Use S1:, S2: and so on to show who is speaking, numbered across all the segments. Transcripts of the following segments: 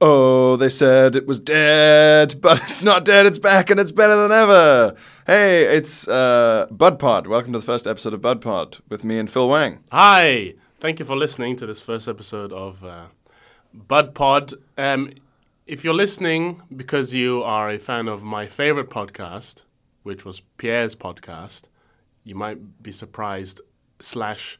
S1: Oh, they said it was dead, but it's not dead. It's back and it's better than ever. Hey, it's uh, Bud Pod. Welcome to the first episode of Bud Pod with me and Phil Wang.
S2: Hi, thank you for listening to this first episode of uh, Bud Pod. Um, if you're listening because you are a fan of my favorite podcast, which was Pierre's podcast, you might be surprised slash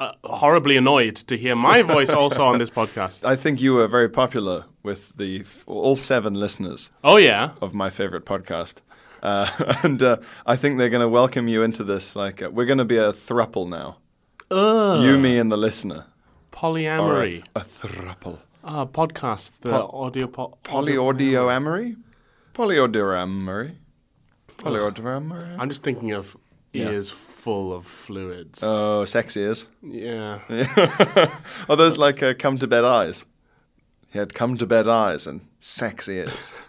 S2: uh, horribly annoyed to hear my voice also on this podcast.
S1: I think you were very popular with the f- all seven listeners
S2: Oh yeah,
S1: of my favorite podcast. Uh, and uh, I think they're going to welcome you into this. Like, uh, we're going to be a thruple now. You, me, and the listener.
S2: polyamory.
S1: A thruple.
S2: Ah, podcast, the audio po-
S1: Polyaudioamory? Polyaudioamory? Polyaudioamory?
S2: I'm just thinking of ears full of fluids.
S1: Oh, sex ears.
S2: yeah.
S1: Are those like uh, come to bed eyes? He had come to bed eyes and sex ears.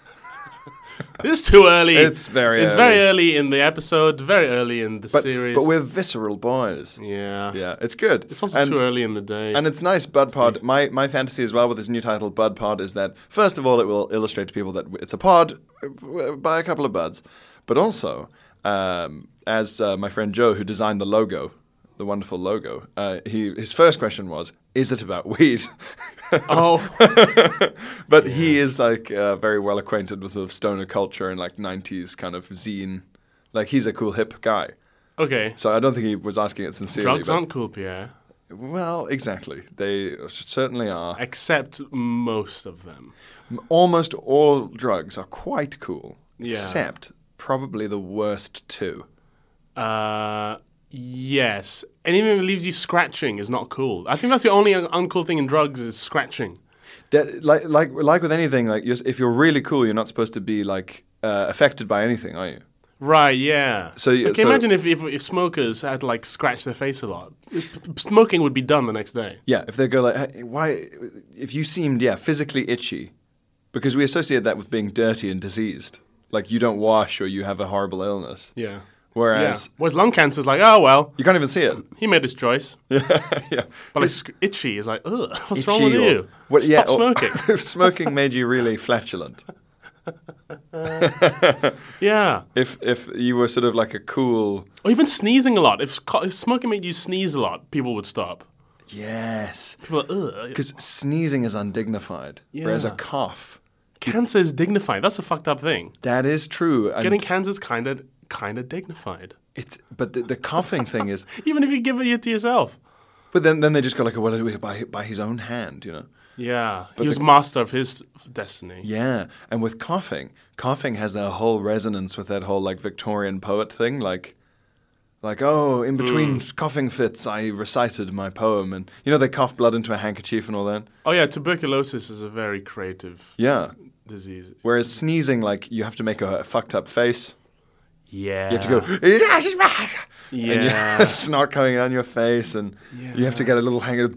S2: It's too early.
S1: It's very
S2: It's
S1: early.
S2: very early in the episode, very early in the
S1: But,
S2: series.
S1: but we're visceral boys.
S2: yeah.
S1: Yeah, it's good.
S2: It's also
S1: And-
S2: too early in the day.
S1: And it's nice, Bud Pod. My my fantasy as well with this new title, Bud Pod, is that first of all, it will illustrate to people that it's a pod uh, by a couple of buds, but also, um, as uh, my friend Joe, who designed the logo, the wonderful logo, uh, he his first question was, "Is it about weed?"
S2: oh,
S1: but he is like uh, very well acquainted with sort of stoner culture and like '90s kind of zine. Like he's a cool hip guy,
S2: okay.
S1: so I don't think he was asking it sincerely.
S2: Drugs
S1: but-
S2: aren't cool, Pierre,
S1: Well, exactly. They certainly are.
S2: except most of them.
S1: Almost all drugs are quite cool,
S2: Yeah.
S1: except probably the worst two.
S2: Uh, yes. Anything that leaves you scratching is not cool. I think that's the only un- uncool thing in drugs is scratching.
S1: That, like, like, like with anything, like you're, if you're really cool, you're not supposed to be like uh, affected by anything, are you?
S2: Right, yeah.
S1: So you-
S2: okay,
S1: so-
S2: imagine if, if, if smokers had to, like, scratch their face a lot. Smoking would be done the next day.
S1: Yeah. If they go like, "Hey, why? If you seemed yeah physically itchy, because we associate that with being dirty and diseased, like you don't wash or you have a horrible illness.
S2: Yeah.
S1: Whereas
S2: yeah. Whereas lung cancer's like, oh, well,
S1: you can't even see it.
S2: he made his choice.
S1: yeah.
S2: But like sc- itchy is like, ugh, what's wrong
S1: itchy
S2: with
S1: or-
S2: you?
S1: Well,
S2: Stop
S1: yeah, or-
S2: smoking.
S1: if smoking made you really flatulent.
S2: yeah.
S1: If if you were sort of like a cool
S2: Or even sneezing a lot. If, co- if smoking made you sneeze a lot, people would stop.
S1: yes,
S2: People are like, ugh.
S1: because sneezing is undignified, whereas a
S2: Yeah.
S1: cough
S2: Cancer is dignified. That's a fucked up thing.
S1: that is true. And
S2: Getting cancer's kind of kind of dignified.
S1: it's but the, the coughing thing is.
S2: Even if you give it to yourself.
S1: But then then they just go like, well, it was by by his own hand, you know.
S2: Yeah. he was master of his destiny.
S1: Yeah, and with coughing, coughing has a whole resonance with that whole like Victorian poet thing, like. Like, oh, in between
S2: Hmm.
S1: coughing fits, I recited my poem. And, you know, they cough blood into a handkerchief and all that.
S2: Oh yeah, tuberculosis is a very creative
S1: Yeah.
S2: disease.
S1: Whereas sneezing, like, you have to make a, a fucked up face.
S2: Yeah.
S1: You have to go, and you-
S2: Yeah.
S1: snot coming down your face, and you have to get a little hang of.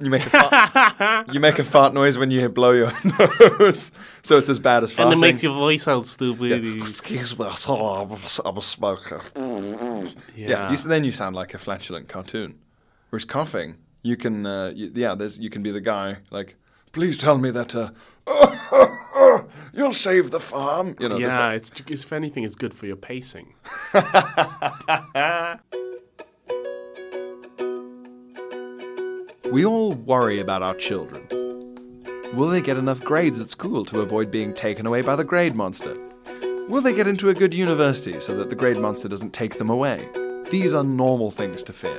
S1: You make a fart, you make a fart noise when you blow your nose, so it's as bad as farting.
S2: and it makes your voice sound stupid.
S1: Excuse me, I'm a- I'm a smoker.
S2: Yeah.
S1: Yeah, you, s- then you sound like a flatulent cartoon. Whereas coughing, you can, uh, y yeah, there's you can be the guy like, please tell me that. Uh, You'll save the farm. You know, Oh, there's
S2: yeah, it's, it's if anything, it's good for your pacing.
S1: We all worry about our children. Will they get enough grades at school to avoid being taken away by the grade monster? Will they get into a good university so that the grade monster doesn't take them away? These are normal things to fear.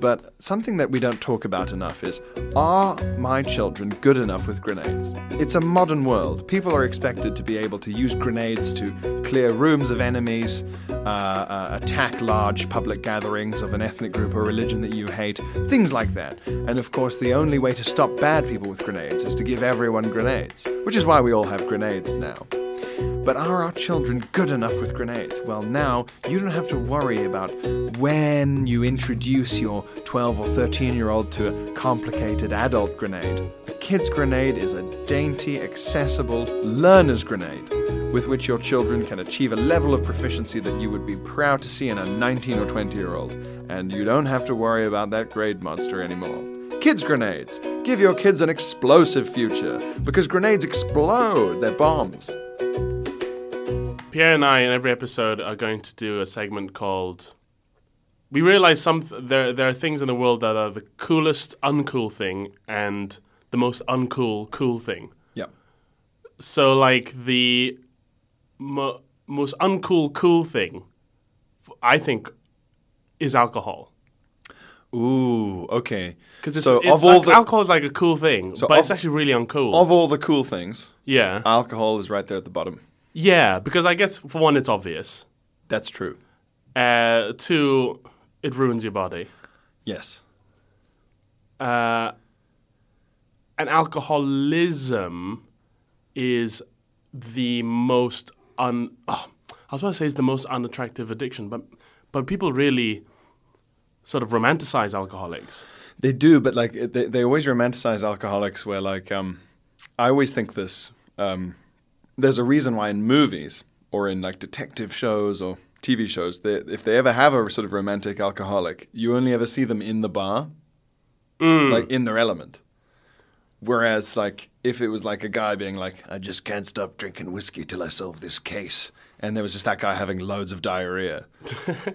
S1: But something that we don't talk about enough is are my children good enough with grenades? It's a modern world. People are expected to be able to use grenades to clear rooms of enemies, uh, uh, attack large public gatherings of an ethnic group or religion that you hate, things like that. And of course, the only way to stop bad people with grenades is to give everyone grenades, which is why we all have grenades now. But are our children good enough with grenades? Well, now you don't have to worry about when you introduce your 12 or 13 year old to a complicated adult grenade. A kid's grenade is a dainty, accessible learner's grenade with which your children can achieve a level of proficiency that you would be proud to see in a 19 or 20 year old. And you don't have to worry about that grade monster anymore. Kids grenades! Give your kids an explosive future because grenades explode, they're bombs.
S2: Pierre and I, in every episode, are going to do a segment called. We realize some there there are things in the world that are the coolest uncool thing and the most uncool cool thing.
S1: Yeah.
S2: So like the mo- most uncool cool thing, f- I think, is alcohol
S1: Ooh, okay.
S2: because it's,
S1: so
S2: it's
S1: of all
S2: like-
S1: the
S2: alcohol is like a cool thing, but
S1: of-
S2: it's actually really uncool.
S1: of uh, all the cool things,
S2: yeah,
S1: alcohol is right there at the bottom.
S2: yeah, because I guess for one, it's obvious.
S1: That's true.
S2: Uh, two, it ruins your body.
S1: Yes.
S2: uh, and alcoholism is the most un. Oh, I was going to say it's the most unattractive addiction, but but people really sort of romanticize alcoholics.
S1: They do, but like it- they, they always romanticize alcoholics. Where like um, I always think this. Um, there's a reason why in movies or in like detective shows or TV shows, they, if they ever have a sort of romantic alcoholic, you only ever see them in the bar,
S2: Hmm.
S1: like in their element. Whereas, like, if it was like a guy being like, I just can't stop drinking whiskey till I solve this case. And there was just that guy having loads of diarrhea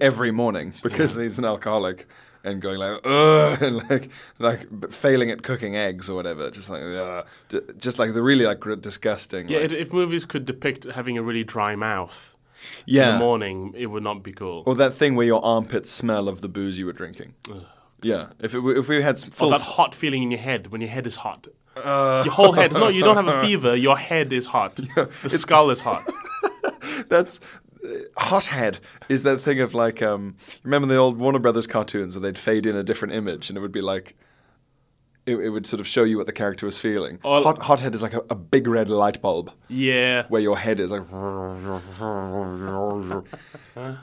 S1: every morning because he's an alcoholic and going like, ugh, and like, like b- failing at cooking eggs or whatever. Just like, ugh. J- just like the really like gr- disgusting.
S2: Yeah,
S1: like-
S2: if- if movies could depict having a really dry mouth in
S1: yeah.
S2: the morning, it would not be cool.
S1: or that thing where your armpits smell of the booze you were drinking. Yeah. If, it, w- if we had s-
S2: Or
S1: full.
S2: Oh, that
S1: s-
S2: hot feeling in your head when your head is hot.
S1: Uh.
S2: your whole head. No, you don't have a fever. Your head is hot. The skull is hot.
S1: That's uh, hothead is that thing of like um remember the old Warner Brothers cartoons where they'd fade in a different image and it would be like it, it would sort of show you what the character was feeling.
S2: Or-
S1: Hot hothead is like a, a big red light bulb
S2: Yeah.
S1: where your head is like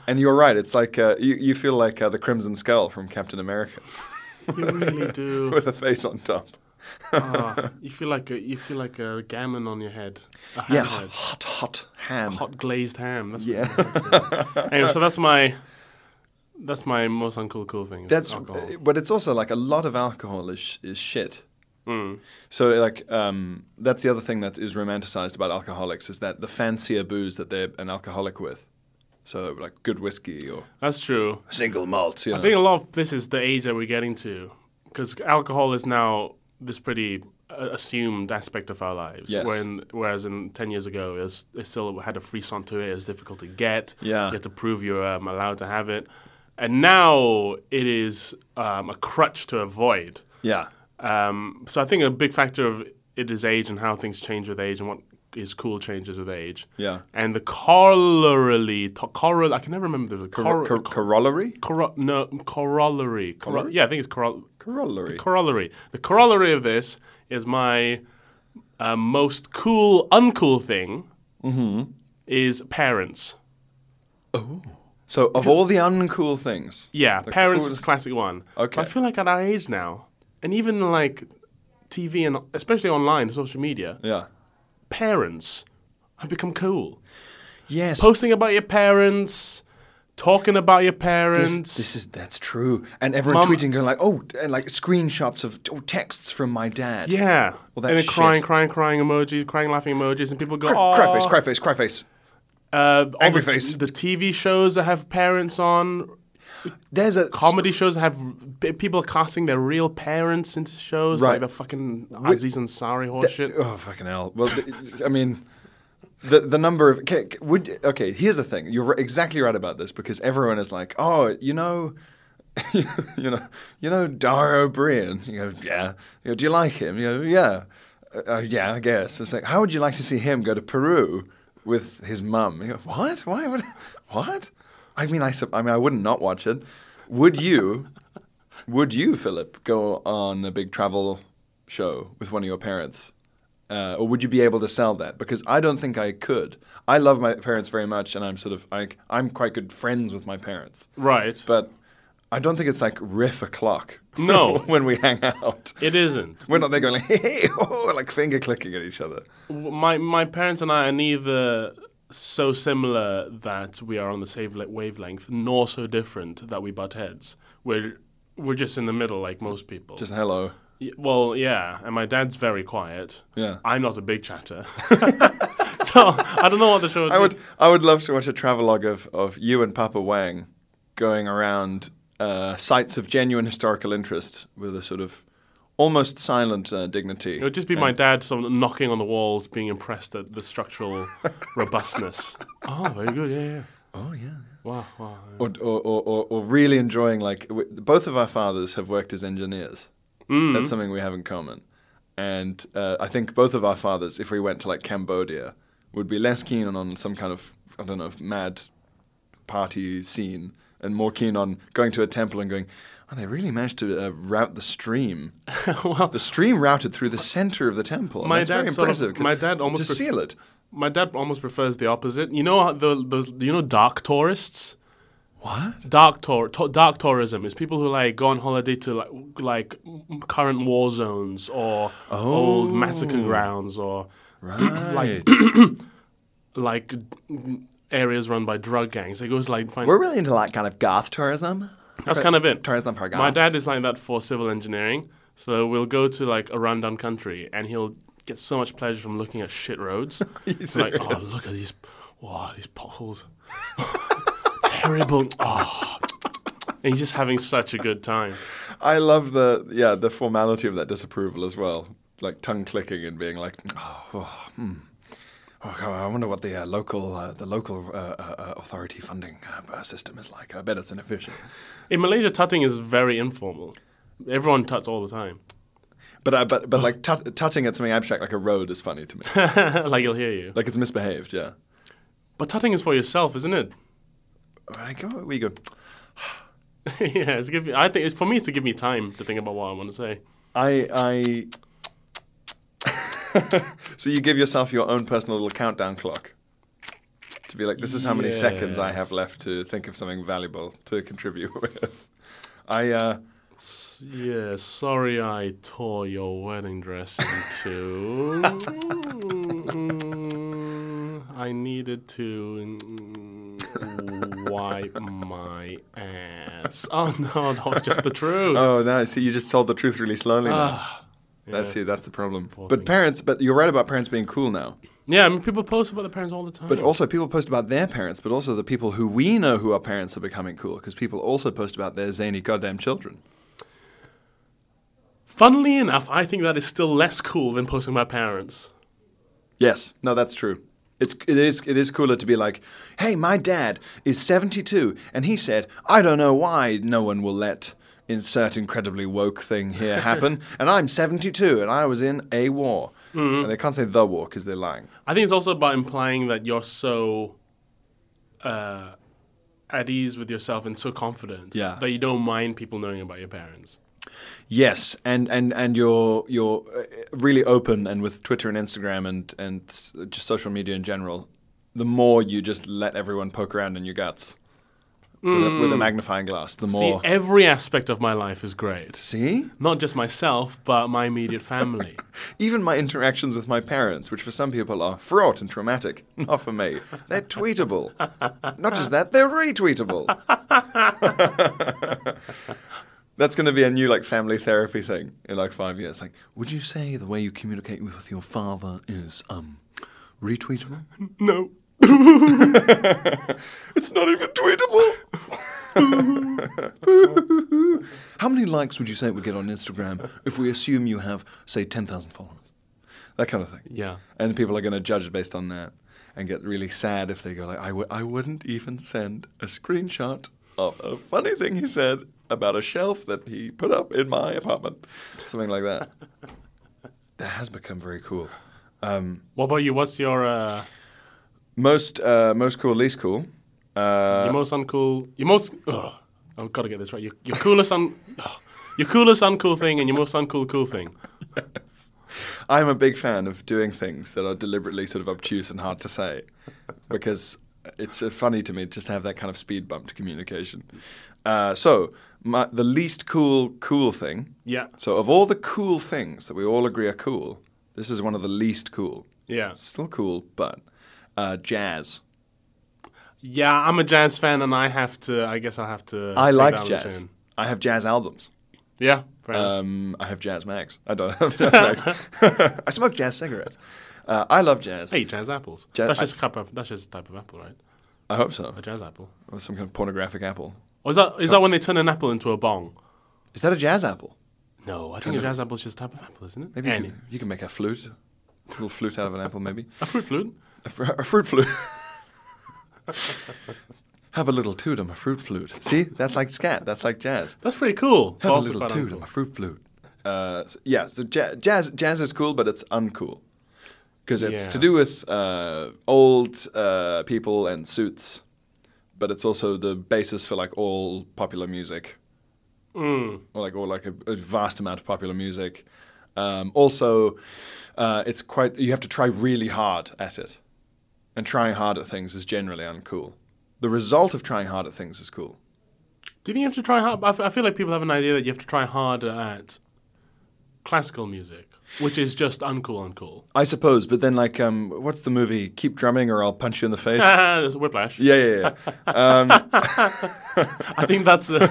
S1: and you're right it's like uh, you, you feel like uh, the crimson skull from captain america
S2: You really do.
S1: with a face on top
S2: Ah, you feel like a, you feel like a gammon on your head. A ham
S1: yeah
S2: head.
S1: hot hot ham
S2: hot glazed ham. That's
S1: yeah
S2: What, anyway, so that's my that's my most uncool cool thing. is
S1: That's
S2: alcohol.
S1: uh, but it's also like a lot of alcohol is sh- is shit.
S2: Mm.
S1: So like um, that's the other thing that is romanticized about alcoholics is that the fancier booze that they're an alcoholic with, so like good whiskey or
S2: that's true.
S1: single malt. You know.
S2: I think a lot of this is the age that we're getting to, because alcohol is now this pretty uh, assumed aspect of our lives.
S1: Yes.
S2: When, whereas in ten years ago, it, was, it still had a free son to it. It was difficult to get.
S1: Yeah.
S2: You had to prove you're um, allowed to have it, and now it is um, a crutch to avoid.
S1: yeah,
S2: Um, so I think a big factor of it is age and how things change with age and what is cool changes with age.
S1: Yeah.
S2: And the corollary, to, corol, I can never remember the
S1: Cor-
S2: cor-
S1: cor- corollary,
S2: coro- no corollary. Coro- yeah, I think it's corollary.
S1: corollary.
S2: Corollary. The corollary of this is my uh, most cool, uncool thing.
S1: Mm-hmm.
S2: Is parents.
S1: so of all the uncool things,
S2: Yeah,
S1: The
S2: parents is
S1: coolest-
S2: a classic one.
S1: Okay.
S2: I feel like at our age now, and even like TV and especially online, social media,
S1: yeah,
S2: parents have become cool.
S1: yes,
S2: Posting about your parents, talking about your
S1: This,
S2: parents.
S1: this is that's true, and everyone
S2: Mum-
S1: tweeting going like, oh, and like screenshots of oh, texts from my dad.
S2: yeah.
S1: Well, that
S2: and then
S1: shit.
S2: crying, crying, crying emojis, crying, laughing emojis, and people go,
S1: Cry, cry face,
S2: "Aw."
S1: cry face, cry face.
S2: Uh, all
S1: Angry
S2: the,
S1: face.
S2: The TV shows that have parents on,
S1: There's a
S2: comedy shows that have p- people casting their real parents into shows,
S1: Right.
S2: like the fucking Aziz Ansari horseshit.
S1: Oh fucking hell! Well, th- I mean, the the number of okay, would okay. Here's the thing: you're exactly right about this because everyone is like, oh, you know, you know, you know Dara O'Brien. You go, yeah. You go, do you like him? You go, yeah, uh, uh, yeah, I guess. It's like, how would you like to see him go to Peru with his mum? You go, what? Why would? What? I mean, I, sup- I mean, I wouldn't not watch it. Would you? would you, Philip, go on a big travel show with one of your parents? Uh, or would you be able to sell that? Because I don't think I could. I love my parents very much, and I'm sort of I, I'm quite good friends with my parents.
S2: Right.
S1: But I don't think it's like riff o'clock.
S2: No.
S1: when we hang out,
S2: it isn't.
S1: we're not there going like, hey, oh, like finger clicking at each other.
S2: W- My my parents and I are neither so similar that we are on the same le- wavelength, nor so different that we butt heads. We're we're just in the middle, like most people.
S1: Just hello.
S2: Y- well, yeah. And my dad's very quiet.
S1: Yeah.
S2: I'm not a big chatter. so I don't know what the show is.
S1: I would I would love to watch a travelogue of, of you and Papa Wang going around uh, sites of genuine historical interest with a sort of almost silent uh, dignity.
S2: It would just be my dad sort of knocking on the walls, being impressed at the structural robustness. Oh, very good. Yeah, yeah.
S1: Oh yeah.
S2: Wow, wow.
S1: Or, or, or, or, or really enjoying like w- both of our fathers have worked as engineers.
S2: Mm.
S1: That's something we have in common. And uh, I think both of our fathers, if we went to like Cambodia, would be less keen on, on some kind of I don't know mad party scene and more keen on going to a temple and going. Oh, they really managed to uh, route the stream. the stream routed through the center of the temple. and
S2: My
S1: that's very
S2: dad sort of-
S1: impressive. 'cause-
S2: my dad almost
S1: to
S2: pref-
S1: seal it.
S2: My dad almost prefers the opposite. You know how the, those you know dark tourists.
S1: What?
S2: Dark tour, to, dark tourism is people who like go on holiday to like w- like m- current war zones or old massacre grounds or
S1: Right.
S2: like mm, areas run by drug gangs. They go to like find.
S1: We're really into like kind of goth tourism.
S2: That's kind of it.
S1: Tourism for goths.
S2: My dad is like that for civil engineering. So we'll go to like a rundown country, and he'll get so much pleasure from looking at shit roads.
S1: He's
S2: like, oh,
S1: serious.
S2: look at these, wow, these potholes, terrible. Oh. And he's just having such a good time.
S1: I love the yeah the formality of that disapproval as well, like tongue clicking and being like, oh, oh, hmm. Oh, God, I wonder what the uh, local uh, the local uh, uh, uh, authority funding uh, uh, system is like. I bet it's inefficient.
S2: In Malaysia, tutting is very informal. Everyone tuts all the time.
S1: But uh, but but like tut- tutting at something abstract like a road is funny to me.
S2: like he'll hear you.
S1: like it's misbehaved. Yeah.
S2: But tutting is for yourself, isn't it?
S1: I go. We go.
S2: yeah, it's give me, I think it's for me. It's to give me time to think about what I want to say.
S1: I I. so you give yourself your own personal little countdown clock. To be like, this is how many seconds I have
S2: Yes.
S1: left to think of something valuable to contribute with. I uh,
S2: Yeah, sorry I tore your wedding dress in two. Mm, I needed to mm, wipe my ass. Oh no, that was just the truth.
S1: oh no, see, you just told the truth really slowly. Now. That's
S2: Ah, yeah.
S1: see, that's the problem.
S2: Poor
S1: But
S2: thing.
S1: parents, but you're right about parents being cool now.
S2: Yeah, I mean, people post about their parents all the time.
S1: But also, people post about their parents, but also the people who we know who are parents are becoming cool because people also post about their zany goddamn children.
S2: Funnily enough, I think that is still less cool than posting my parents.
S1: Yes, no, that's true. It's it is it is cooler to be like, hey, my dad is seventy two, and he said, I don't know why no one will let insert incredibly woke thing here happen, and I'm seventy two, and I was in a war, and they can't say the war because they're lying.
S2: I think it's also about implying that you're so uh, at ease with yourself and so confident
S1: Yeah.
S2: that you don't mind people knowing about your parents.
S1: Yes, and and and you're you're uh, really open, and with Twitter and Instagram and and s- just social media in general, the more you just let everyone poke around in your guts with, a, with a magnifying glass, the
S2: See,
S1: more.
S2: every aspect of my life is great.
S1: See?
S2: Not just myself, but my immediate family.
S1: Even my interactions with my parents, which for some people are fraught and traumatic, not for me. They're tweetable. not just that, they're retweetable. That's going to be a new like family therapy thing in like five years. Like, would you say the way you communicate with your father is um retweetable?
S2: no.
S1: it's not even tweetable. How many likes would you say it would get on Instagram if we assume you have, say, ten thousand followers? That kind of thing.
S2: Yeah.
S1: and people are going to judge based on that and get really sad if they go like I w- I wouldn't even send a screenshot of a funny thing he said about a shelf that he put up in my apartment, something like that. that has become very cool.
S2: What about you? What's your uh,
S1: Most uh, most cool, least cool. Uh,
S2: your most uncool? Your most ugh, I've got to get this right. Your, your coolest un, ugh. your coolest uncool thing, and your most uncool cool thing.
S1: I'm a big fan of doing things that are deliberately sort of obtuse and hard to say because it's uh, funny to me just to have that kind of speed bump to communication. Uh, so, my, the least cool, cool thing.
S2: Yeah.
S1: So, of all the cool things that we all agree are cool, this is one of the least cool.
S2: Yeah,
S1: Still cool, but uh, jazz.
S2: yeah. I'm a jazz fan, and I have to. I guess I have to.
S1: I
S2: take
S1: like
S2: down the
S1: jazz.
S2: tune.
S1: I have jazz albums.
S2: Yeah, fair enough.
S1: Um, I have jazz mags. I don't have jazz mags. I smoke jazz cigarettes. Uh, I love jazz.
S2: Hey, jazz apples.
S1: Jazz-
S2: that's
S1: I-
S2: just a cup of. That's just a type of apple, right?
S1: I hope so.
S2: A jazz apple.
S1: Or some kind of pornographic apple.
S2: Or is that is that when they turn an apple into a bong?
S1: Is that a jazz apple?
S2: No, I think a jazz apple is just a type of apple, isn't it?
S1: Maybe you,
S2: Any.
S1: can- you can make a flute, a little flute out of an apple, maybe
S2: a fruit flute.
S1: a, fr- a fruit flute. Have a little toot, I'm a fruit flute. See, that's like scat, that's like jazz.
S2: That's pretty cool.
S1: Have
S2: Also
S1: a little
S2: quite
S1: toot,
S2: uncool.
S1: I'm a fruit flute. Uh, s- yeah, so ja- jazz, jazz is cool, but it's uncool because it's to
S2: Yeah.
S1: do with uh, old uh, people and suits, but it's also the basis for like all popular music. or like or like a, a vast amount of popular music. Um, also, uh, it's quite you have to try really hard at it, and trying hard at things is generally uncool. The result of trying hard at things is cool.
S2: Do you think you have to try hard? I f- I feel like people have an idea that you have to try harder at classical music, which is just uncool, uncool.
S1: I suppose, but then like um, what's the movie? Keep drumming, or I'll punch you in the face. yeah,
S2: There's a whiplash.
S1: yeah, yeah.
S2: I think that's. The,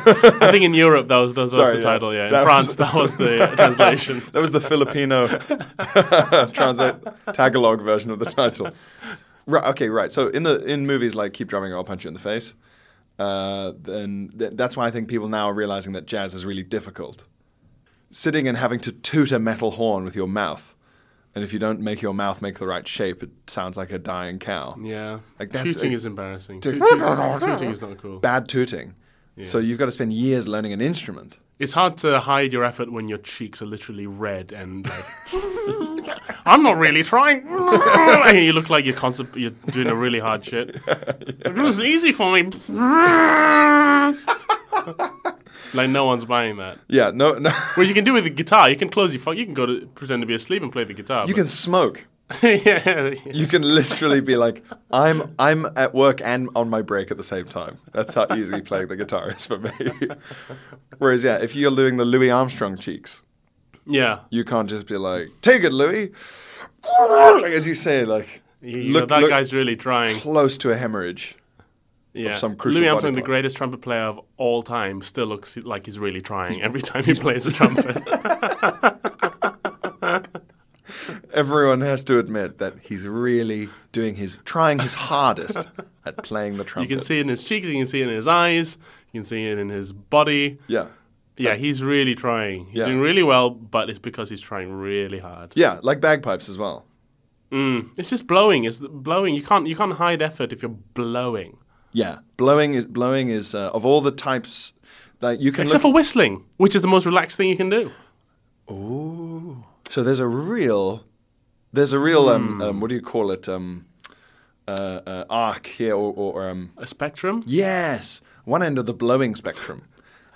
S2: I think in Europe that was, that was
S1: Sorry,
S2: the
S1: yeah.
S2: title. Yeah, in
S1: That was-
S2: France that was the translation.
S1: That was the Filipino translate Tagalog version of the title. Right. Okay. Right. So in the in movies like Keep Drumming or I'll Punch You in the Face, uh, then th- that's why I think people now are realizing that jazz is really difficult. Sitting and having to toot a metal horn with your mouth, and if you don't make your mouth make the right shape, it sounds like a dying cow.
S2: Yeah,
S1: Like, that's-
S2: tooting is embarrassing.
S1: Toot-
S2: Tooting, tooting is not cool.
S1: Bad tooting. So you've got to spend years learning an instrument.
S2: It's hard to hide your effort when your cheeks are literally red and like. I'm not really trying. and you look like you're constant, you're doing a really hard shit. It was easy for me. like no one's buying that.
S1: Yeah. No. No.
S2: Well, you can do with the guitar. You can close your phone. You can go to pretend to be asleep and play the guitar.
S1: You can smoke.
S2: but- yeah,
S1: You can literally be like, I'm I'm at work and on my break at the same time. That's how easy playing the guitar is for me. Whereas, yeah, if you're doing the Louis Armstrong cheeks,
S2: yeah.
S1: you can't just be like, take it, Louis. Like, as you say, like,
S2: You- you know,
S1: look,
S2: that
S1: look
S2: guy's really trying.
S1: close to a hemorrhage.
S2: Yeah.
S1: some crucial
S2: Louis
S1: body
S2: Armstrong, the
S1: part.
S2: greatest trumpet player of all time, still looks like he's really trying every time he plays a trumpet.
S1: Everyone has to admit that he's really doing his, trying his hardest at playing the
S2: You
S1: trumpet.
S2: can see it in his cheeks, you can see it in his eyes, you can see it in his body.
S1: Yeah.
S2: Yeah, he's really trying. He's
S1: Yeah.
S2: doing really well, but it's because he's trying really hard.
S1: Yeah, like bagpipes as well.
S2: It's just blowing. It's the- blowing. You can't you can't hide effort if you're blowing.
S1: Yeah. Blowing is, blowing is, uh, of all the types that you can look
S2: Except for whistling, which is the most relaxed thing you can do.
S1: So there's a real, there's a real um, um what do you call it um, uh, uh, arc here or, or um,
S2: A spectrum?
S1: yes, one end of the blowing spectrum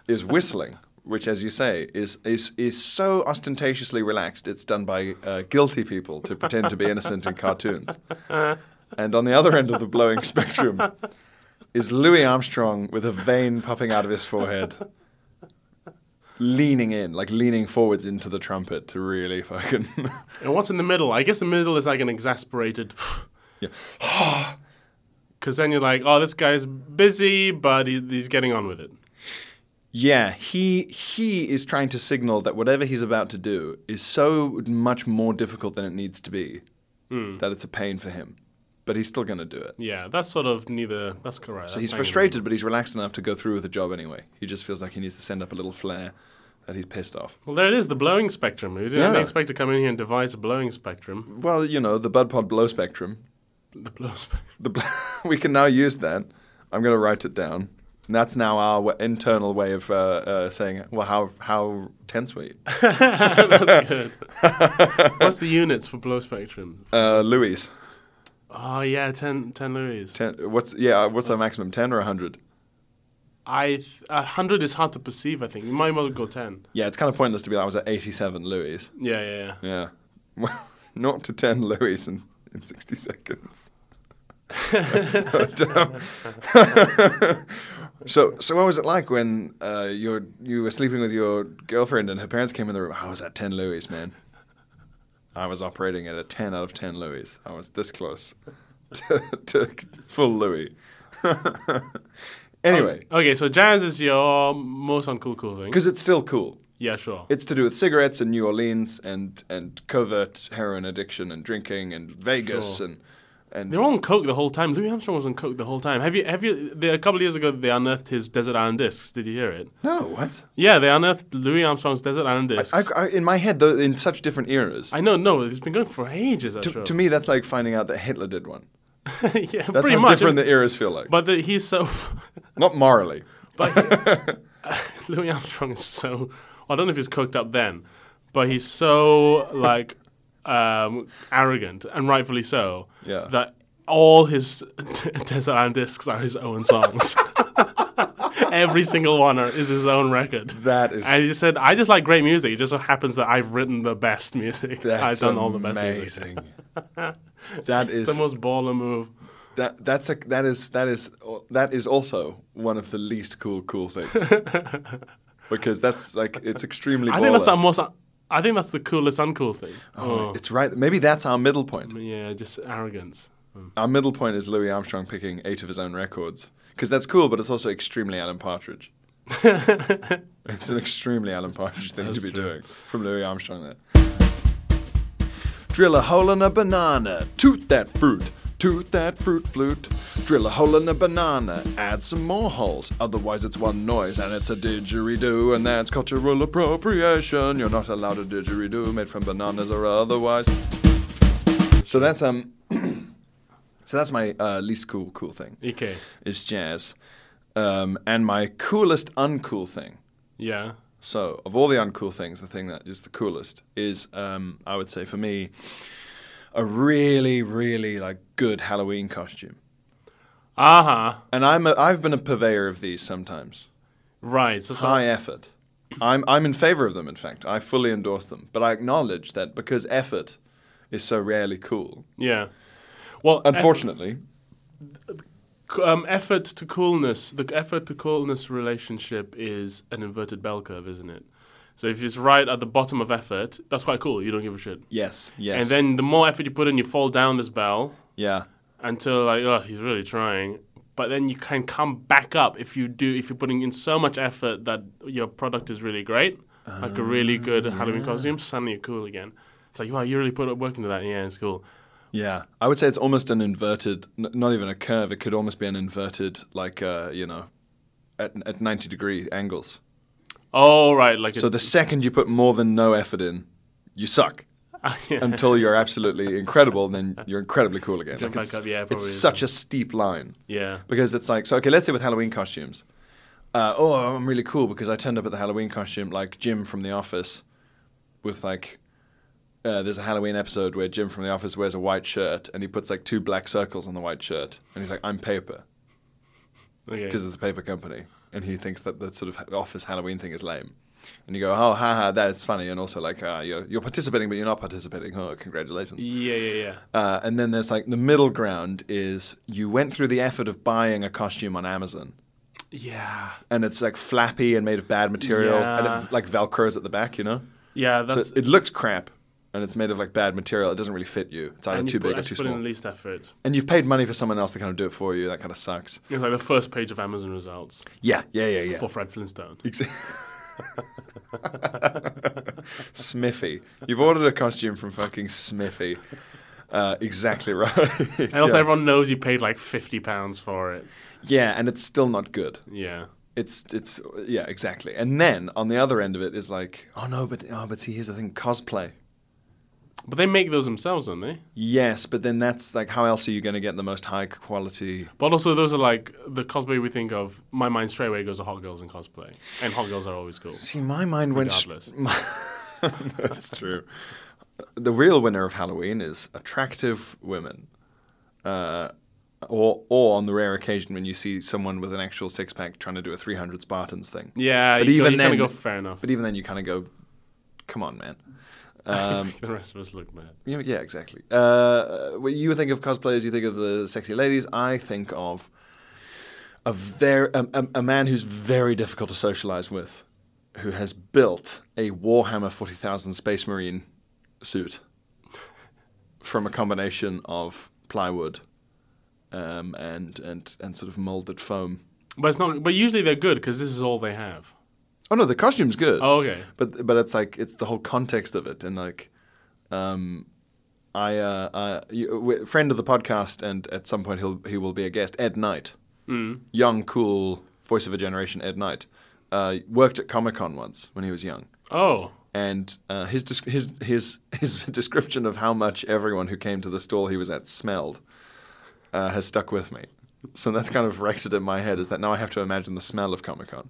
S1: is whistling, which, as you say, is is is so ostentatiously relaxed. It's done by uh, guilty people to pretend to be innocent in cartoons, and on the other end of the blowing spectrum is Louis Armstrong with a vein popping out of his forehead. Leaning in, like leaning forwards into the trumpet to really fucking
S2: And what's in the middle? I guess the middle is like an exasperated
S1: Yeah.
S2: Because then you're like, oh, this guy's busy, but he, he's getting on with it.
S1: Yeah, he he is trying to signal that whatever he's about to do is so much more difficult than it needs to be that it's a pain for him, but he's still going to do it.
S2: Yeah, that's sort of neither. That's correct.
S1: So he's frustrated, but he's relaxed enough to go through with the job anyway. He just feels like he needs to send up a little flare that he's pissed off.
S2: Well, there it is, the blowing spectrum. We didn't
S1: Yeah.
S2: expect to come in here and devise a blowing spectrum.
S1: Well, you know, the bud pod blow spectrum.
S2: The blow spectrum.
S1: The bl- we can now use that. I'm going to write it down. And that's now our w- internal way of uh, uh, saying, well, how how tense were you?
S2: That's good. What's the units for blow spectrum?
S1: Uh, Louis,
S2: Oh yeah, 10, 10 louis.
S1: ten, what's yeah? What's our maximum? Ten or hundred?
S2: I th- a hundred is hard to perceive. I think you might as well go ten.
S1: Yeah, it's kind of pointless to be. like, I was at eighty-seven Louis.
S2: Yeah, yeah, yeah.
S1: Yeah, not to ten Louis in, in sixty seconds. So, so what was it like when uh, you you were sleeping with your girlfriend and her parents came in the room? I was at ten Louis, man. I was operating at a ten out of ten Louis. I was this close to, to full Louis. anyway,
S2: Okay, so jazz is your most uncool cool thing.
S1: because it's still cool.
S2: Yeah, sure.
S1: It's to do with cigarettes and New Orleans and and covert heroin addiction and drinking and Vegas
S2: Sure.
S1: and and
S2: They're on coke the whole time. Louis Armstrong was on coke the whole time. Have you? Have you? They, a couple of years ago, they unearthed his desert island discs. Did you hear it?
S1: no what
S2: Yeah, they unearthed Louis Armstrong's desert island discs.
S1: I,
S2: I,
S1: I, in my head though in such different eras.
S2: know. No, it's been going for ages. That
S1: to,
S2: show.
S1: to me, that's like finding out that Hitler did one.
S2: yeah,
S1: That's
S2: pretty
S1: how
S2: much.
S1: different the eras feel like.
S2: but the, he's so.
S1: Not morally.
S2: But Louis Armstrong is so. I don't know if he's cooked up then, but he's so like um, arrogant and rightfully so.
S1: Yeah.
S2: That all his Desert Island discs are his own songs. Every single one are, is his own record.
S1: That is-
S2: And he said, "I just like great music. It just so happens that I've written the best music. I've
S1: That's
S2: done all the best music.
S1: amazing. that is
S2: The most baller move.
S1: that that's a, that is that is that is also one of the least cool cool things. because that's like it's extremely.
S2: I think that's
S1: baller.
S2: our most. un- I think that's the coolest uncool thing. Um,
S1: Oh, It's right. Maybe that's our middle point.
S2: Yeah, just arrogance. Mm.
S1: Our middle point is Louis Armstrong picking eight of his own records because that's cool, but it's also extremely Alan Partridge. it's an extremely Alan Partridge thing to be doing from Louis Armstrong. There. Drill a hole in a banana, toot that fruit, toot that fruit flute. Drill a hole in a banana, add some more holes. Otherwise, it's one noise and it's a didgeridoo, and that's cultural appropriation. You're not allowed a didgeridoo made from bananas or otherwise. So that's um. So that's my uh, least cool cool thing
S2: Okay.
S1: is jazz, um, and my coolest uncool thing.
S2: Yeah.
S1: So of all the uncool things, the thing that is the coolest is um, I would say for me a really really like good Halloween costume.
S2: Uh huh.
S1: And I'm a, I've been a purveyor of these sometimes.
S2: Right. So, so
S1: High effort. I'm I'm in favor of them. In fact, I fully endorse them. But I acknowledge that because effort is so rarely cool.
S2: yeah. Well, eff-
S1: Unfortunately,
S2: um, effort to coolness. The effort to coolness relationship is an inverted bell curve, isn't it? So if it's right at the bottom of effort, that's quite cool. You don't give a shit.
S1: yes, yes.
S2: And then the more effort you put in, you fall down this bell
S1: yeah,
S2: until like, oh, he's really trying. But then you can come back up if you do if you're putting in so much effort that your product is really great, like a really
S1: Ah,
S2: good Halloween costume. Suddenly you're cool again. It's like, wow, you really put work into that. Yeah, it's cool.
S1: Yeah, I would say it's almost an inverted, n- not even a curve. It could almost be an inverted, like uh, you know, at, at ninety degree angles.
S2: Oh right, like
S1: So
S2: it-
S1: the second you put more than no effort in, you suck.
S2: ah, yeah.
S1: Until you're absolutely incredible, then you're incredibly cool again.
S2: Jump
S1: it's
S2: back up, yeah,
S1: it's
S2: probably is.
S1: such a steep line.
S2: Yeah.
S1: Because it's like so. Okay, let's say with Halloween costumes. Uh, oh, I'm really cool because I turned up at the Halloween costume like Jim from The Office, with like. Uh, there's a Halloween episode where Jim from The Office wears a white shirt and he puts like two black circles on the white shirt and he's like, "I'm paper,"
S2: Okay.
S1: because it's a paper company, and he thinks that the sort of office Halloween thing is lame. And you go, "Oh, haha, that's funny," and also like, uh, "You're you're participating, but you're not participating." Oh, congratulations!
S2: Yeah, yeah, yeah.
S1: Uh, and then there's like the middle ground is you went through the effort of buying a costume on Amazon,
S2: Yeah.
S1: and it's like flappy and made of bad material, and
S2: Yeah.
S1: it like velcros at the back, you know.
S2: Yeah, that's
S1: so it looks crap, and it's made of like bad material. It doesn't really fit you. It's either
S2: and you
S1: too
S2: put-
S1: big or
S2: actually
S1: too
S2: put in
S1: small.
S2: the least effort.
S1: and you've paid money for someone else to kind of do it for you. That kind of sucks.
S2: It's like the first page of Amazon results
S1: Yeah, yeah, yeah, yeah.
S2: for Fred Flintstone.
S1: Exa- Smithy, you've ordered a costume from fucking Smithy. Uh, exactly right.
S2: And also
S1: yeah.
S2: everyone knows you paid like fifty pounds for it.
S1: yeah, and it's still not good.
S2: Yeah.
S1: it's it's yeah exactly and then on the other end of it is like oh no but oh but see here's the thing cosplay
S2: But they make those themselves, don't they?
S1: Yes, but then that's like how else are you going to get the most high quality?
S2: But also, those are like the cosplay we think of. My mind straight away goes to hot girls and cosplay, and hot girls are always cool.
S1: See, my mind went. s-
S2: Regardless.
S1: that's true. The real winner of Halloween is attractive women, uh, or or on the rare occasion when you see someone with an actual six pack trying to do a three hundred Spartans thing.
S2: Yeah,
S1: But even
S2: you, even kind
S1: then-
S2: of go fair enough.
S1: But even then, you kind of go, "Come on, man." Um,
S2: the rest of us look mad.
S1: You know, yeah, exactly. Uh, when you think of cosplayers, you think of the sexy ladies. I think of a very a, a, a man who's very difficult to socialize with, who has built a Warhammer forty thousand Space Marine suit from a combination of plywood um, and and and sort of molded foam.
S2: But it's not. But usually they're good because this is all they have.
S1: Oh no, the costume's good.
S2: Oh, okay.
S1: but but it's like it's the whole context of it and like um i uh, uh you, w- friend of the podcast and at some point he'll he will be a guest ed knight young cool voice of a generation ed knight uh, worked at comic-con once when he was young
S2: Oh,
S1: and uh, his, desc- his his his description of how much everyone who came to the stall he was at smelled uh, has stuck with me so that's kind of wrecked it in my head is that now i have to imagine the smell of comic-con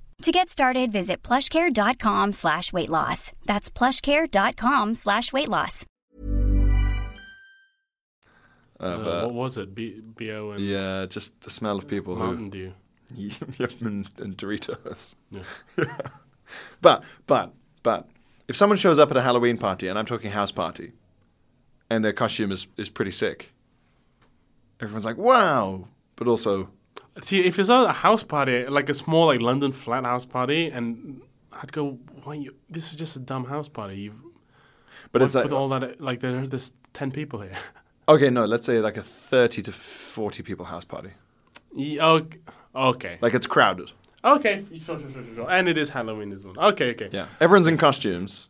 S3: To get started, visit plushcare.com slash weight loss. That's plushcare.com slash weight loss.
S1: of,
S2: Uh,
S1: uh,
S2: what was it? B- Bo and
S1: yeah just the smell of people who
S2: Mountain Dew.
S1: Yum and, and Doritos. but but but if someone shows up at a Halloween party, and I'm talking house party, and their costume is, is pretty sick, everyone's like, "Wow!" But also,
S2: See, if it's a house party, like a small like London flat house party, and I'd go, why you? This is just a dumb house party. You've
S1: but it's
S2: with
S1: like
S2: all that like there- there's ten people here.
S1: okay, no, let's say like a thirty to forty people house party,
S2: Yeah, ok- okay.
S1: like it's crowded.
S2: Okay. Sure, sure, sure, sure, sure. And it is Halloween as well. Okay, okay.
S1: Yeah, everyone's in costumes,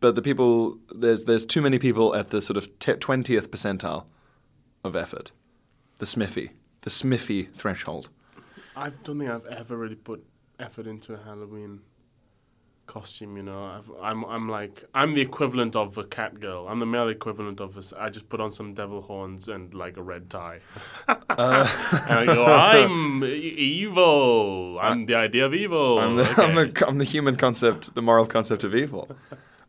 S1: but the people there's there's too many people at the sort of twentieth percentile of effort, the smithy, the smithy threshold.
S2: I don't think I've ever really put effort into a Halloween costume. You know, I've, I'm I'm like I'm the equivalent of a cat girl. I'm the male equivalent of a s I just put on some devil horns and like a red tie,
S1: Uh.
S2: and I go, I'm e- evil. I'm the idea of evil.
S1: I'm the, I'm,
S2: Okay.
S1: the, I'm the human concept, the moral concept of evil.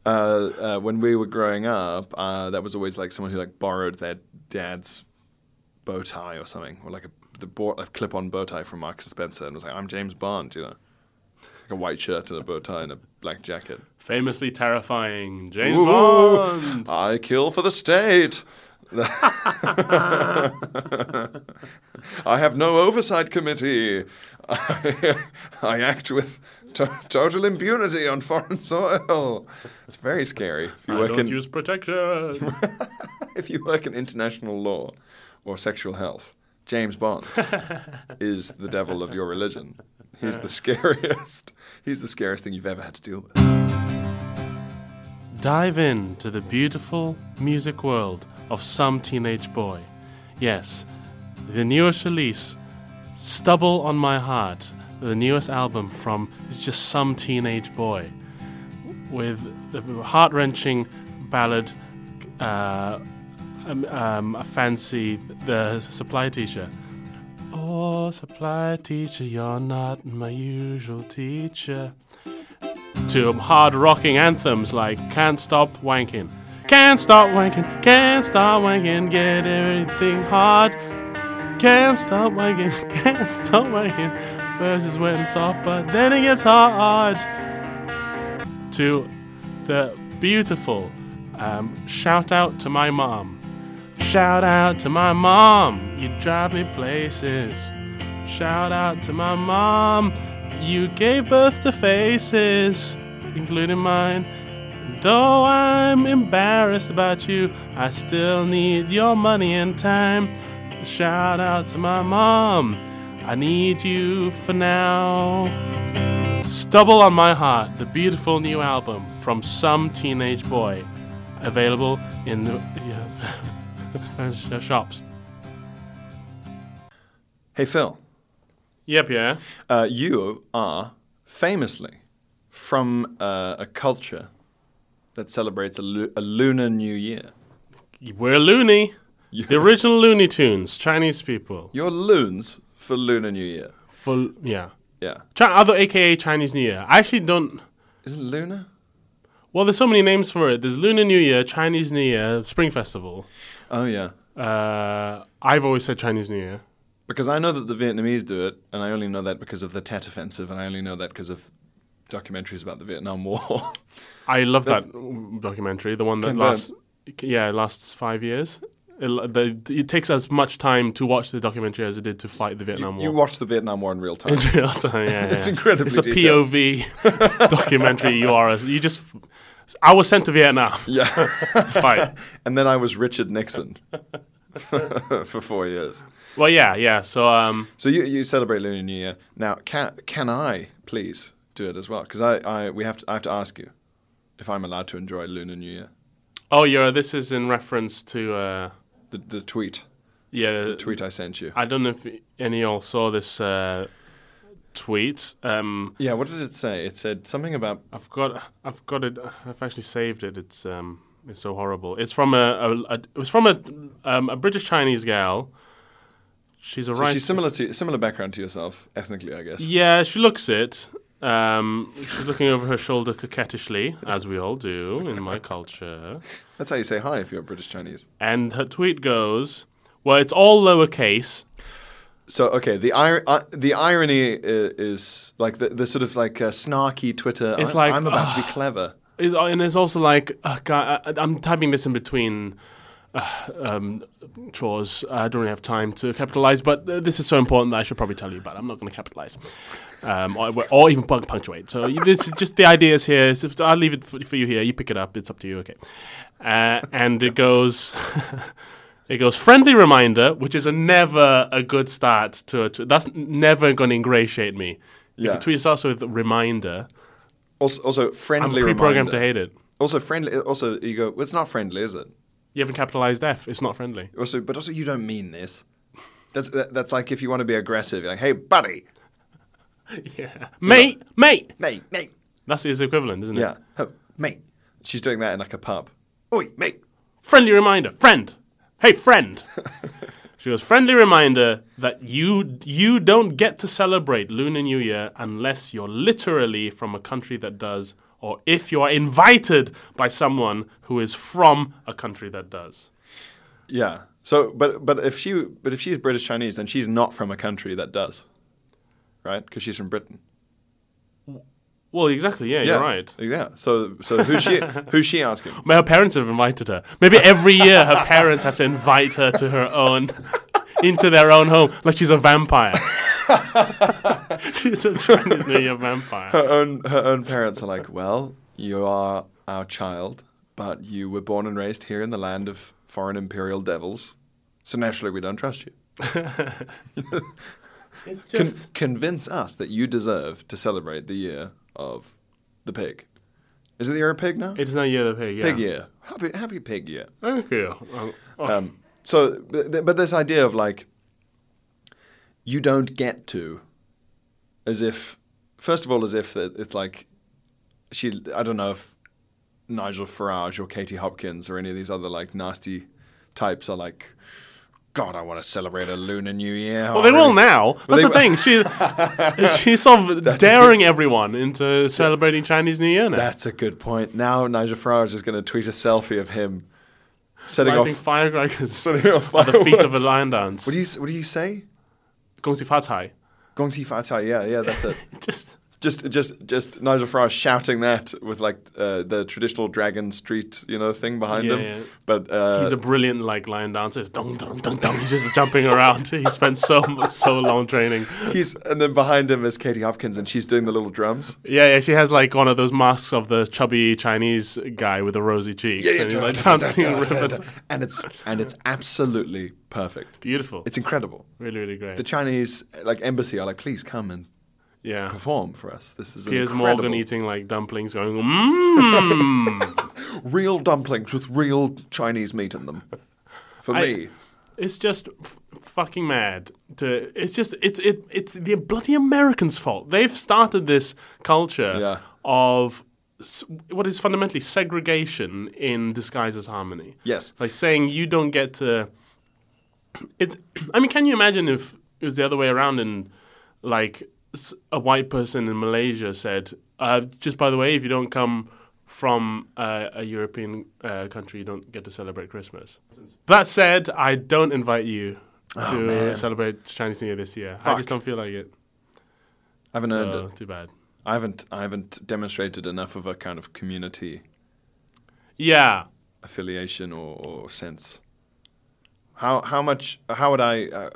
S1: Uh, uh, when we were growing up, uh, that was always like someone who like borrowed their dad's bow tie or something, or like a the bo- a clip-on bow tie from Marks and Spencer, and was like, "I'm James Bond," you know, like a white shirt and a bow tie and a black jacket.
S2: famously terrifying James
S1: Ooh,
S2: Bond.
S1: I kill for the state. I have no oversight committee. I, I act with to- total impunity on foreign soil. It's very scary if you
S2: I
S1: work
S2: don't
S1: in
S2: use protection.
S1: if you work in international law or sexual health. James Bond is the devil of your religion. He's the scariest. He's the scariest thing you've ever had to deal with.
S2: Dive in to the beautiful music world of some teenage boy. Yes, the newest release, Stubble on My Heart, the newest album from is just some teenage boy, with the heart wrenching ballad. Uh, um, um, I fancy the supply teacher. Oh, supply teacher, you're not my usual teacher to hard rocking anthems like Can't Stop Wanking. Can't, Can't stop wanking, can't stop wanking, get everything hard. Can't stop wanking, can't stop wanking. First is when it's soft, but then it gets hard. To the beautiful um, shout out to my mom. Shout out to my mom, you drive me places. Shout out to my mom, you gave birth to faces, including mine. Though I'm embarrassed about you, I still need your money and time. Shout out to my mom, I need you for now. Stubble on My Heart, the beautiful new album from some teenage boy, available in the yeah, shops.
S1: Hey, Phil,
S2: Yep, yeah.
S1: uh, you are famously from uh, a culture that celebrates a, lu- a lunar new year.
S2: We're loony. The original Looney Tunes, Chinese people.
S1: You're loons for lunar new year.
S2: For yeah,
S1: Yeah.
S2: Chi- other AKA Chinese New Year. I actually don't.
S1: Isn't lunar?
S2: Well, there's so many names for it. There's Lunar New Year, Chinese New Year, Spring Festival.
S1: Oh, yeah.
S2: Uh, I've always said Chinese New Year.
S1: Because I know that the Vietnamese do it, and I only know that because of the Tet Offensive, and I only know that because of documentaries about the Vietnam War.
S2: I love that mm, documentary, the one that
S1: Ken
S2: lasts, yeah, it lasts five years. It, l- the, it takes as much time to watch the documentary as it did to fight the Vietnam
S1: you
S2: War.
S1: watched the Vietnam War in real time.
S2: In real time, yeah,
S1: It's
S2: yeah.
S1: incredibly
S2: It's a
S1: detailed.
S2: POV documentary. You are, a, you just. I was sent to Vietnam
S1: yeah.
S2: to fight.
S1: and then I was Richard Nixon for four years.
S2: Well, yeah, yeah. So, um,
S1: So you, you celebrate Lunar New Year now. Can can I please do it as well? Because I, I we have to I have to ask you if I'm allowed to enjoy Lunar New Year.
S2: oh, yeah, this is in reference to, uh,
S1: The the tweet
S2: yeah,
S1: the tweet I sent you.
S2: I don't know if any of y'all saw this uh, tweet. Um,
S1: yeah, what did it say? It said something about
S2: I've got, I've got it. I've actually saved it. It's, um, it's so horrible. It's from a, a, a it was from a, um, a British Chinese gal. She's a
S1: so
S2: writer.
S1: she's similar to similar background to yourself ethnically, I guess.
S2: yeah, she looks it. Um, she's looking over her shoulder coquettishly, as we all do in my culture.
S1: That's how you say hi if you're British Chinese.
S2: And her tweet goes, "Well, it's all lowercase,
S1: So okay, the ir- uh, the irony is, is like the, the sort of like uh, snarky Twitter.
S2: It's
S1: I,
S2: like,
S1: I'm about to be clever.
S2: It's, uh, and it's also like, uh, God, I, I'm typing this in between uh, um, chores. I don't really have time to capitalize, but uh, this is so important that I should probably tell you, but I'm not going to capitalize um, or, or even punk- punctuate. So you- this is just the ideas here. So if- I'll leave it for, for you here. You pick it up. It's up to you. Okay. Uh, and it goes. It goes friendly reminder, which is a never a good start to a tw- that's never going to ingratiate me.
S1: Yeah.
S2: If the tweet starts with reminder,
S1: Also, also
S2: I'm
S1: friendly.
S2: pre-programmed
S1: reminder.
S2: to hate it.
S1: Also friendly. Also, you go. Well, it's not friendly, is it?
S2: You haven't capitalized F. It's not friendly.
S1: Also, but also, you don't mean this. That's that, that's like if you want to be aggressive, you're like, hey, buddy,
S2: Yeah. Mate, mate.
S1: mate, mate,
S2: That's his equivalent, isn't it?
S1: yeah, oh, mate. She's doing that in like a pub. Oi, mate.
S2: Friendly reminder. Friend. Hey, friend. she goes, friendly reminder that you you don't get to celebrate Lunar New Year unless you're literally from a country that does, or if you are invited by someone who is from a country that does.
S1: Yeah. So, but but if she but if she's British Chinese, then she's not from a country that does, right? Because she's from Britain.
S2: Well, exactly, yeah, you're right.
S1: Yeah. So so who's she who's she asking?
S2: Her parents have invited her. Maybe every year her parents have to invite her to her own, into their own home, like she's a vampire. she's a Chinese New Year vampire.
S1: Her own her own parents are like, well, you are our child, but you were born and raised here in the land of foreign imperial devils, so naturally we don't trust you.
S2: It's
S1: Con- convince us that you deserve to celebrate the year of the pig. Is it the year of pig now?
S2: it is not year of pig. Yeah.
S1: pig year. Happy, happy pig year.
S2: Thank you. Um, oh,
S1: Um, so, but, th- but this idea of like, you don't get to, as if, first of all, as if that it's like, she, I don't know if Nigel Farage or Katie Hopkins or any of these other like nasty types are like, God, I want to celebrate a Lunar New Year.
S2: Well, they
S1: I
S2: will
S1: really-
S2: now. That's
S1: they
S2: the
S1: will.
S2: thing. She, she's sort of daring everyone into celebrating Chinese New Year now.
S1: That's a good point. Now Nigel Farage is going to tweet a selfie of him setting
S2: Lighting
S1: off,
S2: firecrackers at
S1: setting off
S2: the feet of a
S1: fireworks.
S2: lion dance.
S1: What do you s- What do you say?
S2: Gong Xi Fa Cai.
S1: Gong Ti Fa Cai. Yeah, yeah, that's it.
S2: Just
S1: just, just, just Nigel Farage shouting that with like uh, the traditional Dragon Street, you know, thing behind
S2: Yeah,
S1: him.
S2: yeah.
S1: But uh,
S2: he's a brilliant like lion dancer. It's dong dong dong dong. He's just jumping around. He spent so much- so long training.
S1: He's and then behind him is Katie Hopkins, and she's doing the little drums.
S2: Yeah, yeah. She has like one of those masks of the chubby Chinese guy with the rosy cheeks, and he's like dancing ribbons.
S1: and it's and it's absolutely perfect.
S2: Beautiful.
S1: It's incredible.
S2: really, really
S1: The
S2: great.
S1: Chinese like embassy are like, please come and
S2: Yeah.
S1: perform for us. This is
S2: Piers
S1: incredible.
S2: Morgan eating like dumplings, going "Mm." mmm.
S1: real dumplings with real Chinese meat in them. For me,
S2: It's just f- fucking mad. To it's just it's it it's the bloody Americans' fault. They've started this culture
S1: Yeah.
S2: of s- what is fundamentally segregation in disguise as harmony.
S1: Yes.
S2: like saying you don't get to. It's. I mean, can you imagine if it was the other way around and like s- a white person in Malaysia said, uh, "Just by the way, if you don't come." From uh, a European uh, country, you don't get to celebrate Christmas. That said, I don't invite you
S1: Oh,
S2: to celebrate Chinese New Year this year. I just don't feel like it.
S1: I haven't earned
S2: So,
S1: it.
S2: too bad.
S1: I haven't I haven't demonstrated enough of a kind of community
S2: Yeah.
S1: affiliation or, or sense. How how much how would I uh,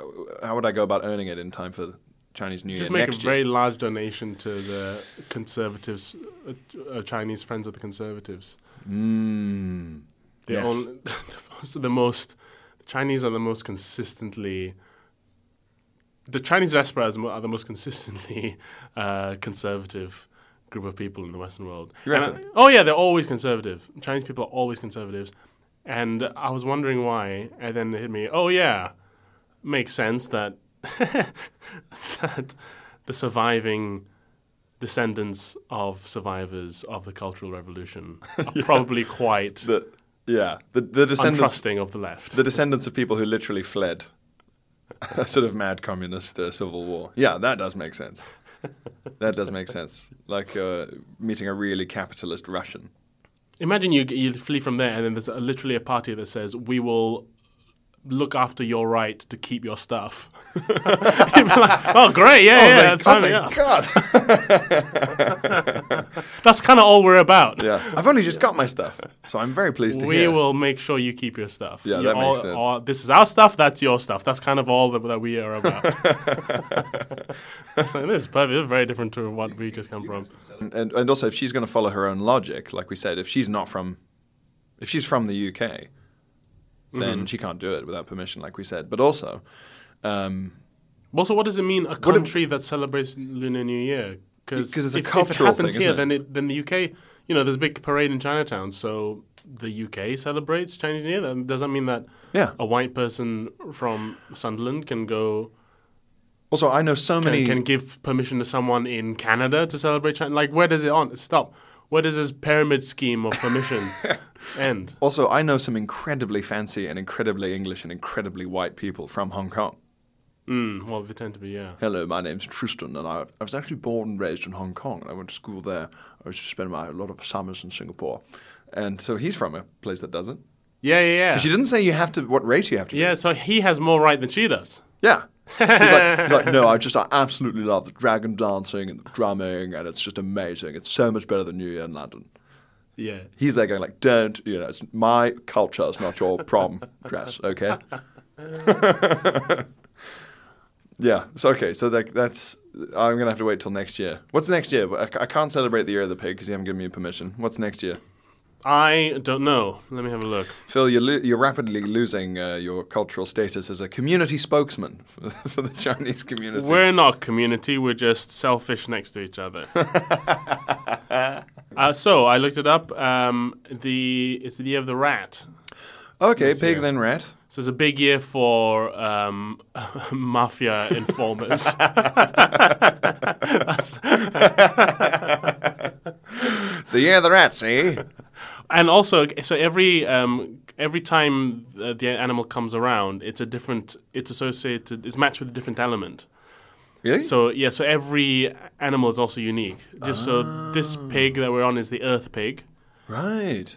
S1: how would I go about earning it in time for Chinese New
S2: Just
S1: Year
S2: make
S1: next
S2: a
S1: year?
S2: very large donation to the conservatives, uh, uh, Chinese friends of the conservatives.
S1: Mm.
S2: The
S1: Yes.
S2: only- the most, the most Chinese are the most consistently. The Chinese diaspora is mo- are the most consistently uh, conservative group of people in the Western world.
S1: You
S2: And
S1: reckon?
S2: I- oh yeah, they're always conservative. Chinese people are always conservatives, and I was wondering why. And then it hit me. Oh yeah, makes sense that that the surviving descendants of survivors of the Cultural Revolution are probably quite
S1: The, yeah, the, the descendants
S2: untrusting of the left.
S1: the descendants of people who literally fled a sort of mad communist uh, civil war. Yeah, that does make sense. That does make sense. Like uh, meeting a really capitalist Russian.
S2: Imagine you you flee from there, and then there's a, literally a party that says, "We will." Look after your right to keep your stuff. You'd be like, oh, great! Yeah, yeah, that's,
S1: oh,
S2: sign me
S1: thank
S2: up."
S1: God.
S2: that's kind of all we're about.
S1: yeah, I've only just got my stuff, so I'm very pleased to
S2: we
S1: hear.
S2: will make sure you keep your stuff.
S1: Yeah,
S2: You
S1: that
S2: all-
S1: makes sense.
S2: all- this is our stuff. That's your stuff. That's kind of all that, that we are about. this is perfect. This is very different to what we just come from.
S1: And, and, and also, if she's going to follow her own logic, like we said, if she's not from, if she's from the UK, then
S2: Mm-hmm.
S1: she can't do it without permission, like we said. But also, um,
S2: Also, what does it mean a country that celebrates Lunar New Year?
S1: 'Cause it's a
S2: if, if it
S1: cultural
S2: happens
S1: thing,
S2: here,
S1: isn't
S2: then it, then the UK, you know, there's a big parade in Chinatown, so the UK celebrates Chinese New Year. That doesn't mean that
S1: Yeah.
S2: a white person from Sunderland can go
S1: also, I know so
S2: can,
S1: many.
S2: can give permission to someone in Canada to celebrate China. Like, where does it on stop? Where does this pyramid scheme of permission end?
S1: Also, I know some incredibly fancy and incredibly English and incredibly white people from Hong Kong.
S2: Mm, well, they tend to be yeah.
S1: Hello, my name's Tristan, and I, I was actually born and raised in Hong Kong, and I went to school there. I used to spend my, a lot of summers in Singapore. And so he's from a place that doesn't.
S2: Yeah, yeah, yeah.
S1: She didn't say you have to, what race you have to be.
S2: yeah, so he has more right than she does.
S1: Yeah. He's like, he's like, no, I just I absolutely love the dragon dancing and the drumming, and it's just amazing. It's so much better than New Year in London.
S2: Yeah.
S1: He's there going like, don't, you know, it's my culture, it's not your prom dress, okay? yeah. So okay. So that, that's I'm gonna have to wait till next year. What's next year? I, I can't celebrate the year of the pig because you haven't given me permission. What's next year?
S2: I don't know. Let me have a look.
S1: Phil, you're, lo- you're rapidly losing uh, your cultural status as a community spokesman for, for the Chinese community.
S2: We're not a community. We're just selfish next to each other. uh, so I looked it up. Um, the it's the year of the rat.
S1: okay, pig then rat.
S2: So it's a big year for um, mafia informers.
S1: It's the year of the rat, see?
S2: And also, so every um, every time uh, the animal comes around, it's a different. It's associated. It's matched with a different element.
S1: Really?
S2: So yeah, so every animal is also unique. Just so this pig that we're on is the earth pig.
S1: right.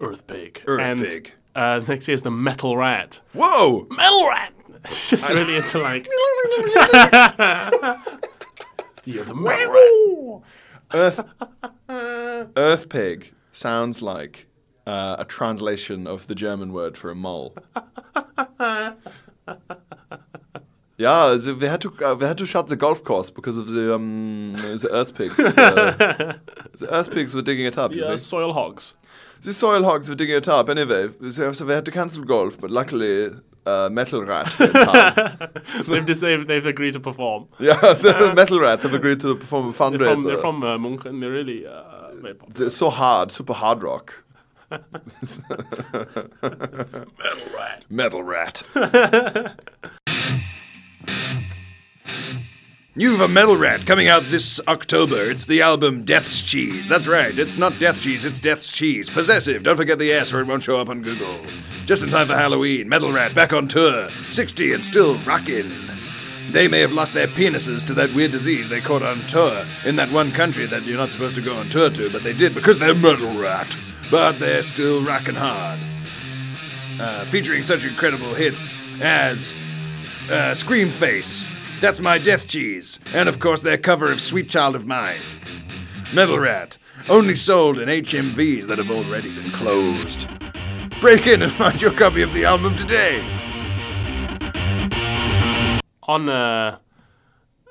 S2: Earth pig.
S1: Earth
S2: and,
S1: pig.
S2: Uh, next year is the metal rat.
S1: Whoa!
S2: Metal rat. It's just really into like you're the metal rat.
S1: Earth, Earth pig sounds like uh, a translation of the German word for a mole. Yeah, the, we had to uh, we had to shut the golf course because of the um, the earth pigs. Uh, the earth pigs were digging it up. you
S2: Yeah,
S1: see.
S2: soil hogs.
S1: The soil hogs were digging it up anyway, so so we had to cancel golf. But luckily, uh, metal rat. went hard.
S2: they've just they've, they've agreed to perform.
S1: yeah, the metal rat have agreed to perform a fundraiser.
S2: They're from, they're from uh, Munchen. They're really uh, very popular.
S1: It's so hard, super hard rock. Metal rat. Metal rat. You've a metal rat coming out this October. It's the album Death's Cheese. That's right. It's not Death Cheese, it's Death's Cheese. Possessive. Don't forget the S or it won't show up on Google. Just in time for Halloween. Metal Rat back on tour. 60 and still rockin'. They may have lost their penises to that weird disease they caught on tour in that one country that you're not supposed to go on tour to, but they did because they're metal rat. But they're still rocking hard. Uh, featuring such incredible hits as uh, Scream Face, That's My Death Cheese, and of course their cover of Sweet Child of Mine. Metal Rat, only sold in HMVs that have already been closed. Break in and find your copy of the album today.
S2: on a,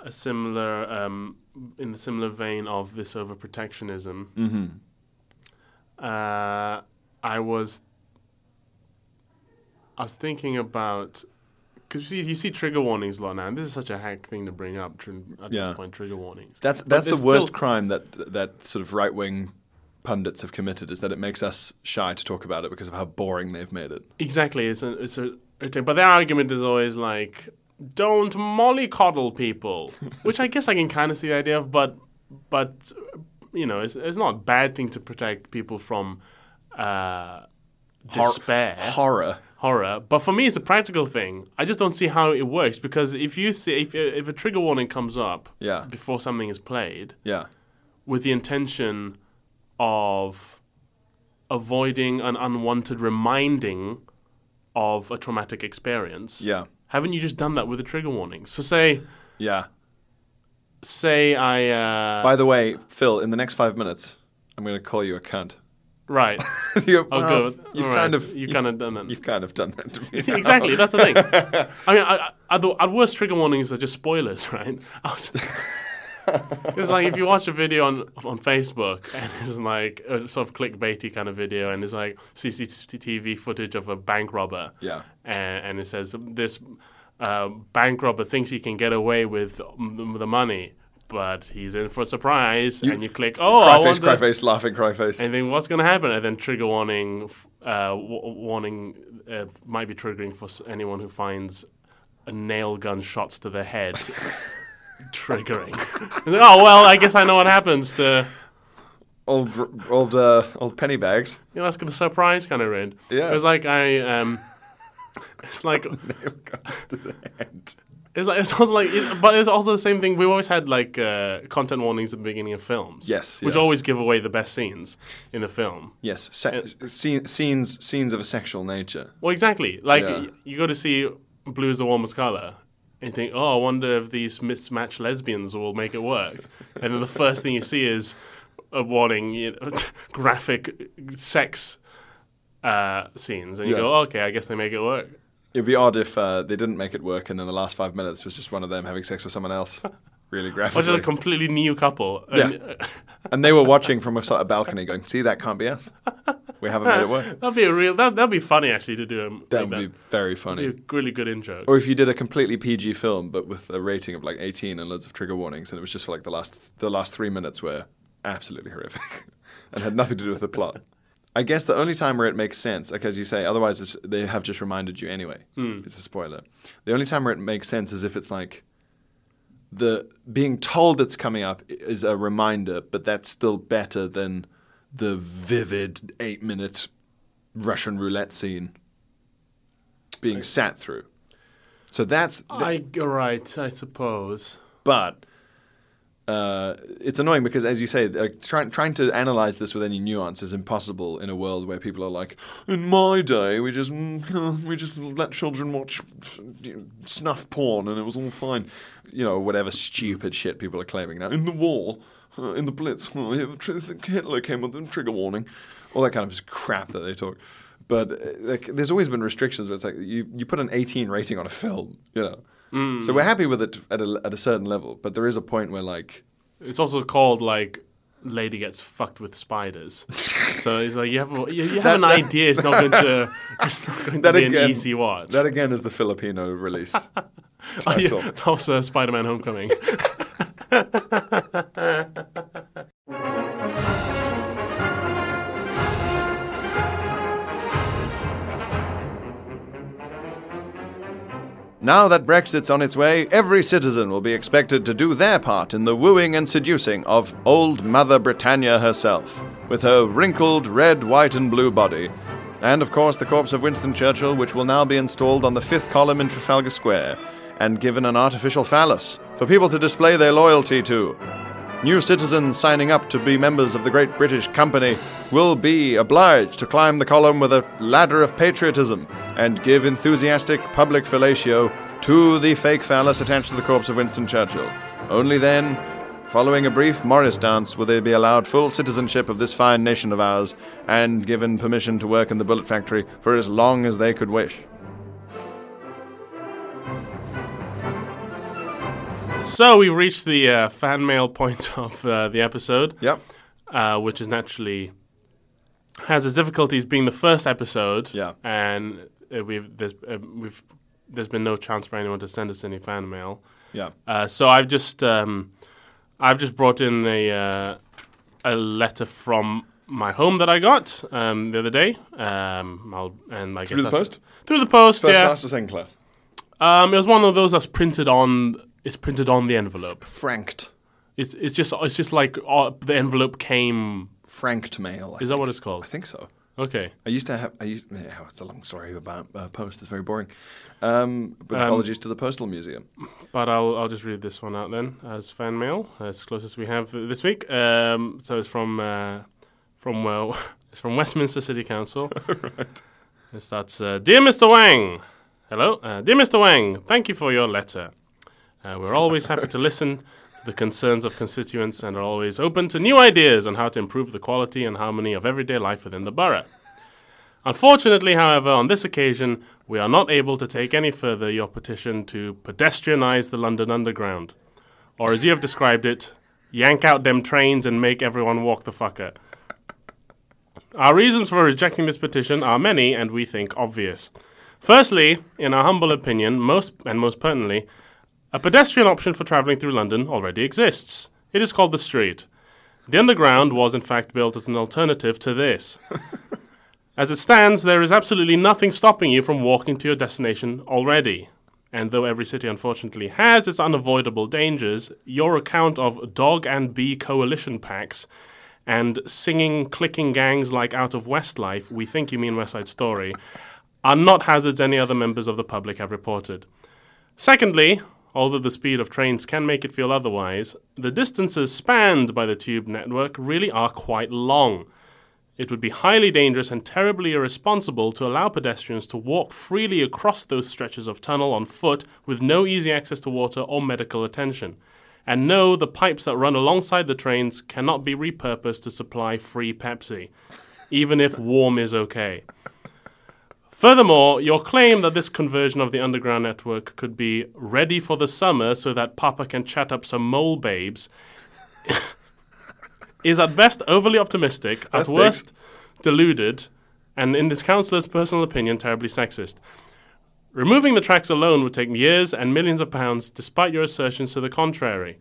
S2: a similar um, in the similar vein of this overprotectionism.
S1: Mm-hmm.
S2: Uh, I was I was thinking about because you see, you see trigger warnings a lot now, and this is such a hack thing to bring up tr- at
S1: Yeah.
S2: this point. Trigger warnings.
S1: That's
S2: But
S1: that's the
S2: there's
S1: worst
S2: still-
S1: crime that that sort of right wing pundits have committed is that it makes us shy to talk about it because of how boring they've made it.
S2: Exactly. It's a, it's a, it's a- but their argument is always like, don't mollycoddle people, which I guess I can kind of see the idea of, but, but you know, it's, it's not a bad thing to protect people from uh,
S1: Hor-
S2: despair.
S1: horror.
S2: Horror, but for me, it's a practical thing. I just don't see how it works because if you see if, if a trigger warning comes up
S1: Yeah.
S2: before something is played,
S1: Yeah,
S2: with the intention of avoiding an unwanted reminding of a traumatic experience.
S1: Yeah.
S2: Haven't you just done that with a trigger warning? So say
S1: yeah.
S2: say I uh,
S1: By the way, Phil, in the next five minutes, I'm going to call you a cunt.
S2: right.
S1: you
S2: Oh,
S1: well,
S2: good.
S1: You've
S2: All
S1: kind
S2: right.
S1: of
S2: You've kind of done that.
S1: You've kind of done that to me. now.
S2: exactly. That's the thing. I mean, I, I, at, the, at worst, trigger warnings are just spoilers, right? I was- it's like if you watch a video on on Facebook and it's like a sort of clickbaity kind of video, and it's like CCTV footage of a bank robber.
S1: Yeah.
S2: And, and it says this uh, bank robber thinks he can get away with m- the money. But he's in for a surprise, and you click. Oh, I
S1: Cry
S2: want
S1: face, cry
S2: the-
S1: face, laughing, cry face.
S2: and then what's going to happen? And then trigger warning, f- uh, w- warning uh, might be triggering for s- anyone who finds a nail gun shots to the head. triggering. It's like, oh well, I guess I know what happens to.
S1: Old, r- old, uh, old penny bags.
S2: You know, that's going to surprise kind of red.
S1: Yeah.
S2: It's like I um. It's like
S1: It comes to the end.
S2: it's like it's also like, it, but it's also the same thing. We always had like uh, content warnings at the beginning of films.
S1: Yes,
S2: Which
S1: yeah.
S2: always give away the best scenes in the film.
S1: Yes, se- scene- scenes, scenes of a sexual nature.
S2: Well, exactly. Like
S1: Yeah.
S2: y- you go to see Blue is the Warmest Color, and you think, oh, I wonder if these mismatched lesbians will make it work. and then the first thing you see is a warning, you know, graphic sex uh, scenes, and you
S1: Yeah.
S2: go, okay, I guess they make it work.
S1: It'd be odd if uh, they didn't make it work, and then the last five minutes was just one of them having sex with someone else, really
S2: Or just
S1: graphically.
S2: a completely new couple. And,
S1: yeah, and they were watching from a, sort of balcony, going, "See, that can't be us. We haven't made it work."
S2: That'd be a real. That, that'd be funny actually to do. Um,
S1: That
S2: like
S1: would be very funny.
S2: That'd be a really good intro.
S1: Or if you did a completely PG film, but with a rating of like 18 and loads of trigger warnings, and it was just for like the last the last three minutes were absolutely horrific and had nothing to do with the plot. I guess the only time where it makes sense, like as you say, otherwise it's, they have just reminded you anyway. It's a spoiler. The only time where it makes sense is if it's like the being told it's coming up i- is a reminder, but that's still better than the vivid eight minute Russian roulette scene being sat through. So that's
S2: I g- right, I suppose.
S1: but uh, it's annoying because, as you say, like, trying trying to analyze this with any nuance is impossible in a world where people are like, "In my day, we just mm, we just let children watch snuff porn and it was all fine," you know, whatever stupid shit people are claiming now. In the war, uh, in the Blitz, Hitler came with a trigger warning, all that kind of just crap that they talk. But uh, like, there's always been restrictions where it's like you, you put an 18 rating on a film, you know. So we're happy with it at a, at a certain level, but there is a point where like
S2: It's also called like "Lady Gets Fucked with Spiders." so it's like you have a, you, you have an idea. It's not going to it's not going to
S1: that
S2: be
S1: again
S2: an easy watch.
S1: That again is the Filipino release.
S2: Oh, yeah,
S1: title.
S2: that was uh, Spider-Man: Homecoming.
S1: Now that Brexit's on its way, every citizen will be expected to do their part in the wooing and seducing of old Mother Britannia herself, with her wrinkled red, white, and blue body. And of course, the corpse of Winston Churchill, which will now be installed on the fifth column in Trafalgar Square and given an artificial phallus for people to display their loyalty to. New citizens signing up to be members of the Great British Company will be obliged to climb the column with a ladder of patriotism and give enthusiastic public fellatio to the fake phallus attached to the corpse of Winston Churchill. Only then, following a brief Morris dance, will they be allowed full citizenship of this fine nation of ours and given permission to work in the bullet factory for as long as they could wish.
S2: so we've reached the uh, fan mail point of uh, the episode.
S1: Yep.
S2: uh, which is naturally has its difficulties being the first episode.
S1: Yeah.
S2: and uh, we've there's uh, we've there's been no chance for anyone to send us any fan mail.
S1: Yeah.
S2: Uh, so I've just um, I've just brought in a uh, a letter from my home that I got um, the other day. Um, I'll and I
S1: Through
S2: guess
S1: the
S2: that's-
S1: post?
S2: Through the post,
S1: First
S2: yeah.
S1: class or second class?
S2: Um, it was one of those that's printed on. It's printed on the envelope.
S1: Franked.
S2: It's it's just it's just like uh, the envelope came.
S1: Franked mail. I
S2: Is that what it's called?
S1: I think so.
S2: Okay.
S1: I used to have. I used. Yeah, it's a long story about uh, post. It's very boring. Um, but apologies to the postal museum.
S2: But I'll, I'll just read this one out then as fan mail, as close as we have this week. Um, so it's from uh, from well, it's from Westminster City Council. right. It starts, uh, dear Mr. Wang. Hello, uh, dear Mr. Wang. Thank you for your letter. Uh, we're always happy to listen to the concerns of constituents and are always open to new ideas on how to improve the quality and harmony of everyday life within the borough. Unfortunately, however, on this occasion, we are not able to take any further your petition to pedestrianise the London Underground. Or as you have described it, yank out them trains and make everyone walk the fucker. Our reasons for rejecting this petition are many and we think obvious. Firstly, in our humble opinion, most and most pertinently, a pedestrian option for travelling through London already exists. It is called the street. The underground was in fact built as an alternative to this. As it stands, there is absolutely nothing stopping you from walking to your destination already. And though every city unfortunately has its unavoidable dangers, your account of dog and bee coalition packs and singing, clicking gangs like out of Westlife, we think you mean West Side Story, are not hazards any other members of the public have reported. Secondly, although the speed of trains can make it feel otherwise, the distances spanned by the tube network really are quite long. It would be highly dangerous and terribly irresponsible to allow pedestrians to walk freely across those stretches of tunnel on foot with no easy access to water or medical attention. And no, the pipes that run alongside the trains cannot be repurposed to supply free Pepsi, even if warm is okay. Furthermore, your claim that this conversion of the underground network could be ready for the summer so that Papa can chat up some mole babes is at best overly optimistic, at
S1: That's big.
S2: worst deluded, and in this councillor's personal opinion, terribly sexist. Removing the tracks alone would take years and millions of pounds, despite your assertions to the contrary.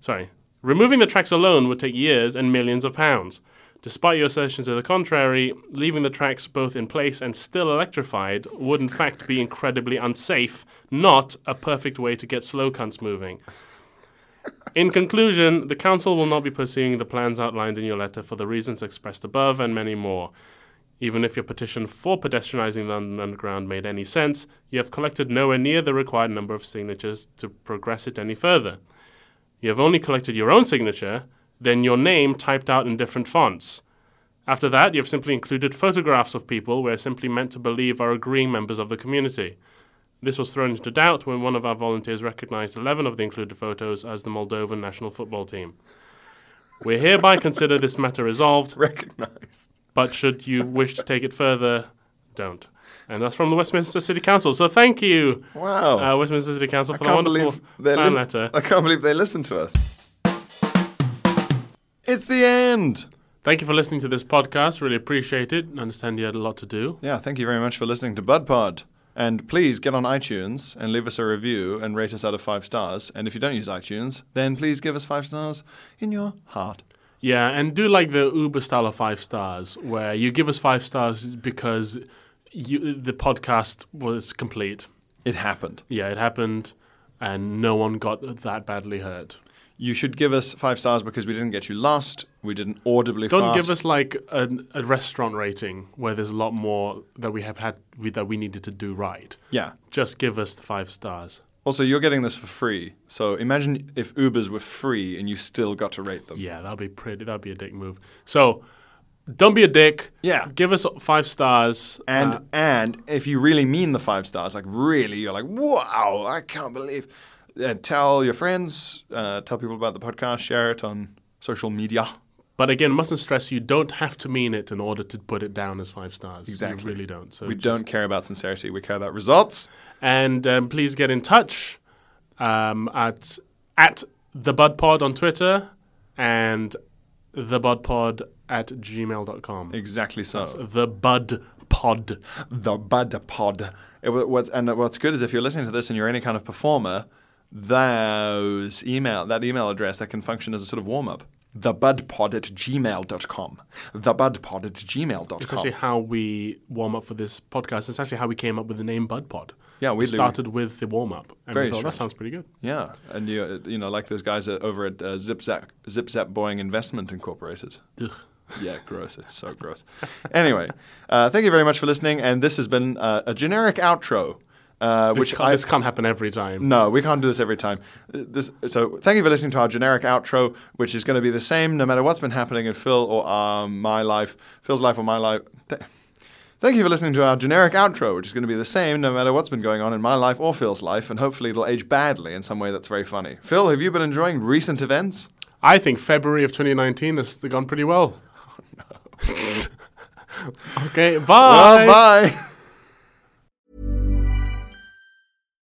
S2: Sorry. Removing the tracks alone would take years and millions of pounds. Despite your assertions to the contrary, leaving the tracks both in place and still electrified would in fact be incredibly unsafe, not a perfect way to get slow cunts moving. In conclusion, the Council will not be pursuing the plans outlined in your letter for the reasons expressed above and many more. Even if your petition for pedestrianising London Underground made any sense, you have collected nowhere near the required number of signatures to progress it any further. You have only collected your own signature, then your name typed out in different fonts. After that, you have simply included photographs of people we are simply meant to believe are agreeing members of the community. This was thrown into doubt when one of our volunteers recognized 11 of the included photos as the Moldovan national football team. We hereby consider this matter resolved,
S1: Recognized.
S2: but should you wish to take it further, don't. And that's from the Westminster City Council. So thank you,
S1: Wow.
S2: uh, Westminster City Council, for
S1: I
S2: the
S1: can't
S2: wonderful
S1: believe they
S2: fan
S1: lis-
S2: letter.
S1: I can't believe they listened to us. It's the end.
S2: Thank you for listening to this podcast. Really appreciate it. I understand you had a lot to do.
S1: Yeah, thank you very much for listening to Bud Pod. And please get on iTunes and leave us a review and rate us out of five stars. And if you don't use iTunes, then please give us five stars in your heart.
S2: Yeah, and do like the Uber style of five stars, where you give us five stars because you, the podcast was complete.
S1: It happened.
S2: Yeah, it happened, and no one got that badly hurt.
S1: You should give us five stars because we didn't get you lost. We didn't audibly
S2: Don't
S1: fart.
S2: give us like an, a restaurant rating where there's a lot more that we have had we, that we needed to do right.
S1: Yeah.
S2: Just give us the five stars.
S1: Also, you're getting this for free. So imagine if Ubers were free and you still got to rate them.
S2: Yeah, that'd be pretty. That'd be a dick move. So, don't be a dick.
S1: Yeah.
S2: Give us five stars.
S1: And and if you really mean the five stars, like really, you're like, wow, I can't believe. Uh, tell your friends, uh, tell people about the podcast, share it on social media.
S2: But again, mustn't stress you don't have to mean it in order to put it down as five stars.
S1: Exactly.
S2: You really don't. So
S1: We
S2: just-
S1: don't care about sincerity; we care about results.
S2: And um, please get in touch um, at at the Bud Pod on Twitter and the Bud Pod at gmail.com.
S1: Exactly so.
S2: The Bud Pod.
S1: the bud pod. It, wa- what's, and what's good is if you're listening to this and you're any kind of performer, those email that email address that can function as a sort of warm up. The budpod at gmail.com. The budpod at gmail.com.
S2: It's actually how we warm up for this podcast. It's actually how we came up with the name Bud Pod.
S1: Yeah,
S2: we
S1: weirdly we-
S2: started with the warm up, and
S1: Very
S2: we thought that
S1: strange.
S2: sounds pretty good.
S1: Yeah, and you uh, you know like those guys uh, over at uh, Zip Zap Zip Zap Boeing Investment Incorporated.
S2: Ugh.
S1: Yeah, gross. It's so gross. Anyway, uh, thank you very much for listening, and this has been uh, a generic outro, uh,
S2: Which
S1: which I
S2: this can't happen every time.
S1: no, we can't do this every time. Uh, This so thank you for listening to our generic outro, which is going to be the same no matter what's been happening in Phil or um, my life, Phil's life or my life. Th- Thank you for listening to our generic outro, which is going to be the same no matter what's been going on in my life or Phil's life, and hopefully it'll age badly in some way that's very funny. Phil, have you been enjoying recent events?
S2: I think February of 2019 has gone pretty well. okay,
S1: Oh, Well, bye.